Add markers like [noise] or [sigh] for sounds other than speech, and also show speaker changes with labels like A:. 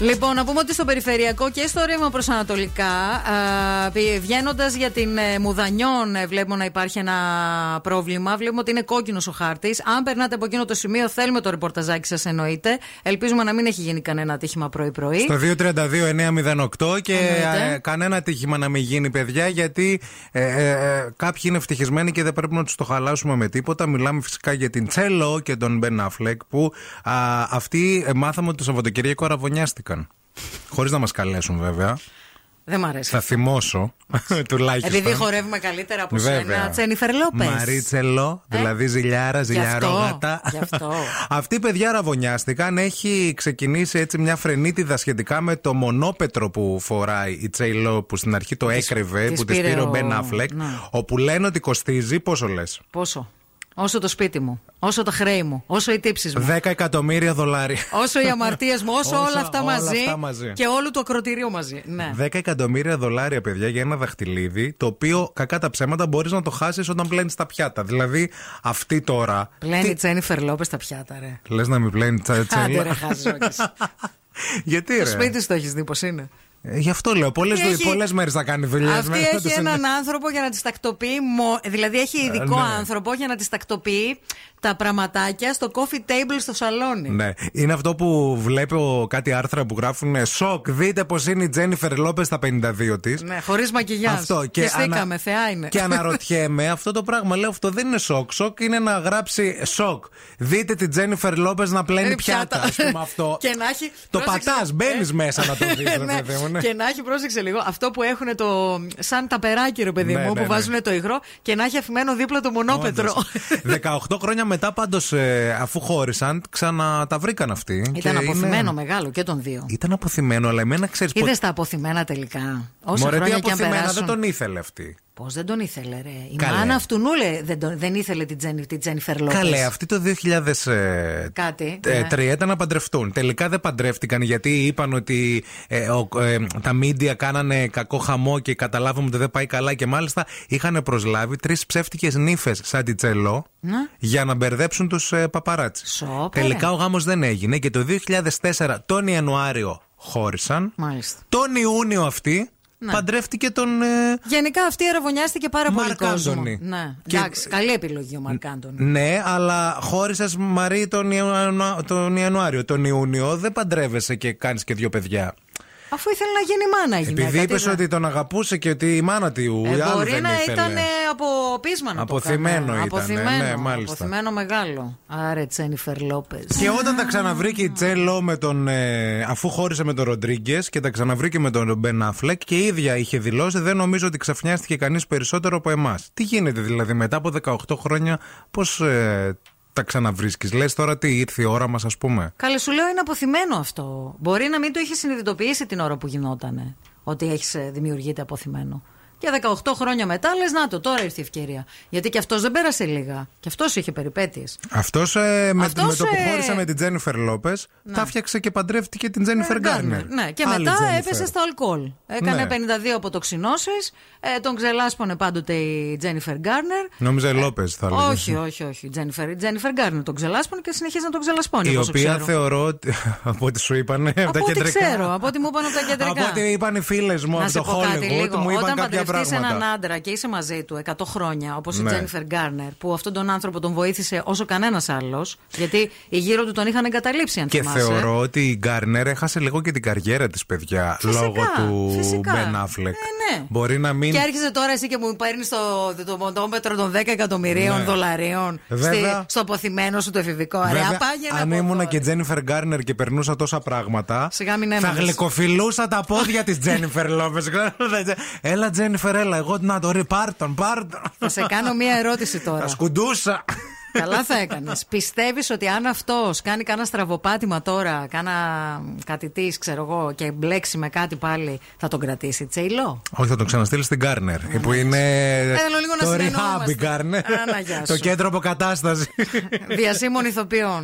A: Λοιπόν, να πούμε ότι στο περιφερειακό και στο ρεύμα προς Ανατολικά, βγαίνοντας για την Μουδανιών, βλέπουμε να υπάρχει ένα πρόβλημα. Βλέπουμε ότι είναι κόκκινος ο χάρτης. Αν περνάτε από εκείνο το σημείο, θέλουμε το ρεπορταζάκι σας, εννοείται. Ελπίζουμε να μην έχει γίνει κανένα ατύχημα πρωί-πρωί.
B: Στο 232-908 και α, κανένα ατύχημα να μην γίνει, παιδιά, γιατί ε, ε, κάποιοι είναι ευτυχισμένοι και δεν πρέπει να τους το χαλάσουμε με τίποτα. Μιλάμε φυσικά για την Τσέλο και τον Μπεν Αφλεκ, που α, αυτοί ε, μάθαμε ότι το Σαββατοκύριακο αραβωνιάστηκαν. Χωρίς να μας καλέσουν, βέβαια.
A: Δεν μ' αρέσει.
B: Θα θυμώσω [laughs] τουλάχιστον.
A: Επειδή χορεύουμε καλύτερα από σένα, Τσένιφερ Λόπες.
B: Μαρίτσελο, ε? δηλαδή ζηλιάρα, ζηλιαρόγατα.
A: Γι' αυτό.
B: [laughs] Αυτή η παιδιά ραβωνιάστηκαν. Έχει ξεκινήσει έτσι μια φρενίτιδα σχετικά με το μονόπετρο που φοράει η Τσέιλο που στην αρχή το της, έκρυβε, της που της πήρε ο ναι. Μπεν Αφλεκ. Όπου λένε ότι κοστίζει, πόσο λες.
A: Πόσο. Όσο το σπίτι μου, όσο το χρέη μου, όσο οι τύψεις μου.
B: 10 εκατομμύρια δολάρια.
A: Όσο οι αμαρτίες μου, όσο όλα, αυτά, όλα μαζί, αυτά μαζί. Και όλο το ακροτηρίο μαζί. Ναι.
B: 10 εκατομμύρια δολάρια, παιδιά, για ένα δαχτυλίδι, το οποίο κακά τα ψέματα μπορείς να το χάσεις όταν πλένεις τα πιάτα. Δηλαδή, αυτή τώρα.
A: Πλένει τι... Τσένιφερ Λόπες τα πιάτα, ρε.
B: Λες να μην πλένει τσένιφερ
A: ρε, χαζόκης.
B: [laughs] Γιατί, ρε. Ε,
A: Το Ε, σπίτι σου το έχεις δει, πώς είναι.
B: Γι' αυτό λέω. Πολλέ έχει... μέρες θα κάνει ναι, δουλειά.
A: Αυτή έχει
B: [laughs]
A: τους... έναν άνθρωπο για να τι τακτοποιεί. Δηλαδή έχει ειδικό ναι. άνθρωπο για να τι τακτοποιεί τα πραγματάκια στο coffee table στο σαλόνι.
B: Ναι. Είναι αυτό που βλέπω κάτι άρθρα που γράφουν ε, σοκ. Δείτε πώ είναι η Τζένιφερ Λόπες στα 52 της.
A: Ναι, χωρίς μακιγιάς.
B: Αυτό.
A: Και, και στήκαμε, ανα... θεά είναι.
B: Και αναρωτιέμαι αυτό το πράγμα. Λέω αυτό δεν είναι σοκ. Σοκ είναι να γράψει σοκ. Δείτε τη Τζένιφερ Λόπες να πλένει πιάτα. πιάτα. Ας πούμε, αυτό.
A: [laughs] και να έχει. Ε,
B: Το πατάς, μπαίνεις μέσα να το δεις.
A: [laughs] [laughs] Ναι. Και να έχει, πρόσεξε λίγο, αυτό που έχουν το. σαν τα περάκυρο, παιδί ναι, μου, ναι, που βάζουν το υγρό και να έχει αφημένο δίπλα το μονόπετρο.
B: 18 χρόνια μετά, πάντως, ε, αφού χώρισαν, ξανά τα βρήκαν αυτοί.
A: Ήταν και αποθυμένο είναι... μεγάλο και των δύο.
B: Ήταν αποθυμένο, αλλά εμένα ξέρεις.
A: Είδες πο... τα αποθυμένα τελικά. Όσα
B: Μωρέ,
A: χρόνια
B: αποθυμένα,
A: και αν περάσουν...
B: δεν τον ήθελε αυτή.
A: Πώς δεν τον ήθελε, ρε. Η Καλέ. μάνα αυτού νουλε δεν, τον, δεν ήθελε την, Τζένι, την Τζένιφερ Λόπες.
B: Καλέ, αυτή το 2000.
A: Κάτι.
B: Ε, ναι. ήταν να παντρευτούν. Τελικά δεν παντρεύτηκαν γιατί είπαν ότι ε, ο, ε, τα μίντια κάνανε κακό χαμό και καταλάβαμε ότι δεν πάει καλά. Και μάλιστα είχαν προσλάβει τρεις ψεύτικες νύφες σαν τη Τσελό
A: Ναι,
B: να? για να μπερδέψουν τους ε, παπαράτσι.
A: Σοπε.
B: Τελικά ο γάμος δεν έγινε και το 2004 τον Ιανουάριο χώρισαν.
A: Μάλιστα.
B: Τον Ιούνιο αυτή ναι. παντρεύτηκε τον. Ε...
A: Γενικά αυτή αραβωνιάστηκε πάρα
B: Μαρκ
A: πολύ.
B: Άντωνη.
A: Ναι. Και... Εντάξει, καλή επιλογή ο Μαρκ Άντωνη.
B: Ναι, αλλά χώρισες Μαρή τον, Ιανουά... τον Ιανουάριο. Τον Ιούνιο δεν παντρεύεσαι και κάνεις και δύο παιδιά.
A: Αφού ήθελε να γίνει μάνα η γυναίκα.
B: Επειδή είπε ότι τον αγαπούσε και ότι η μάνα του.
A: Ε, μπορεί
B: δεν
A: να
B: ήθελε.
A: ήταν από πείσμα να το
B: Αποθυμένο
A: ήταν.
B: Αποθυμένο, ναι, μάλιστα.
A: Αποθυμένο μεγάλο. Άρα Τσένιφερ Λόπες.
B: Και όταν τα ξαναβρήκε η Τσέλο με τον. Ε, αφού χώρισε με τον Ροντρίγκες και τα ξαναβρήκε με τον Μπεν Αφλεκ και η ίδια είχε δηλώσει δεν νομίζω ότι ξαφνιάστηκε κανείς περισσότερο από εμάς. Τι γίνεται δηλαδή μετά από 18 χρόνια, πώς. Ε, τα ξαναβρίσκεις. Λες τώρα τι ήρθε η ώρα μας, ας πούμε.
A: Καλή σου λέω είναι αποθυμένο αυτό. Μπορεί να μην το είχες συνειδητοποιήσει την ώρα που γινότανε. Ότι έχεις δημιουργείται αποθυμένο. Και 18 χρόνια μετά λες: Να το, τώρα ήρθε η ευκαιρία. Γιατί και αυτός δεν πέρασε λίγα. Και αυτός είχε περιπέτειες.
B: Αυτός ε, με, αυτός, με το που χώρισε με την Τζένιφερ Λόπες, ναι. τα φτιάξε και παντρεύτηκε την Τζένιφερ Γκάρνερ.
A: Ναι, και Άλλη μετά Jennifer. έπεσε στο αλκοόλ. Έκανε ναι. 52 αποτοξινώσει. Ε, τον ξελάσπωνε πάντοτε η Τζένιφερ Γκάρνερ.
B: Νόμιζα ε, Λόπες θα λέγαμε.
A: Όχι, όχι, όχι. Jennifer, η Τζένιφερ Γκάρνερ τον ξελάσπωνε και συνεχίζει να τον ξελασπώνει.
B: Η οποία ξέρω. θεωρώ ότι. [laughs] από ό,τι σου είπαν από τα κεντρικά.
A: ξέρω, από ό,τι μου είπαν από τα κεντρικά.
B: Από ό,τι είπαν οι φίλες μου από το Χόλεγουτ μου είπαν κάποια
A: παντρευτείς έναν άντρα και είσαι μαζί του 100 χρόνια, όπως ναι. η Τζένιφερ Γκάρνερ, που αυτόν τον άνθρωπο τον βοήθησε όσο κανένας άλλος, γιατί οι γύρω του τον είχαν εγκαταλείψει, αν
B: Και
A: θυμάσαι.
B: θεωρώ ότι η Γκάρνερ έχασε λίγο και την καριέρα της, παιδιά,
A: ε. φυσικά,
B: λόγω του
A: φυσικά.
B: Μπεν Αφλεκ.
A: Ε, ναι.
B: Μπορεί να μην.
A: Και άρχισε τώρα εσύ και μου παίρνεις το, το μοντόμετρο των 10 εκατομμυρίων ναι. δολαρίων
B: Βέβαια... στη,
A: στο αποθυμένο σου το εφηβικό. Βέβαια,
B: αν ήμουν και Τζένιφερ Γκάρνερ και περνούσα τόσα πράγματα,
A: Σιγά μην
B: θα γλυκοφιλούσα τα πόδια της Τζένιφερ Λόπες.
A: [laughs]
B: Έλα, Τζένιφερ. Φερέλα, εγώ να το ρε, πάρτον, πάρτον.
A: Θα σε κάνω μία ερώτηση τώρα.
B: Θα σκουντούσα.
A: Καλά θα έκανες. Πιστεύεις ότι αν αυτός κάνει κάνα στραβοπάτημα τώρα, κάνα κάτι τη, ξέρω εγώ, και μπλέξει με κάτι πάλι, θα τον κρατήσει τσέιλο.
B: Όχι, θα τον ξαναστείλει στην Κάρνερ. Ναι, που είναι.
A: Θέλω λίγο
B: το
A: να
B: rehab Κάρνερ.
A: Άνα, [laughs]
B: το κέντρο αποκατάστασης.
A: Διασύμων ηθοποιών.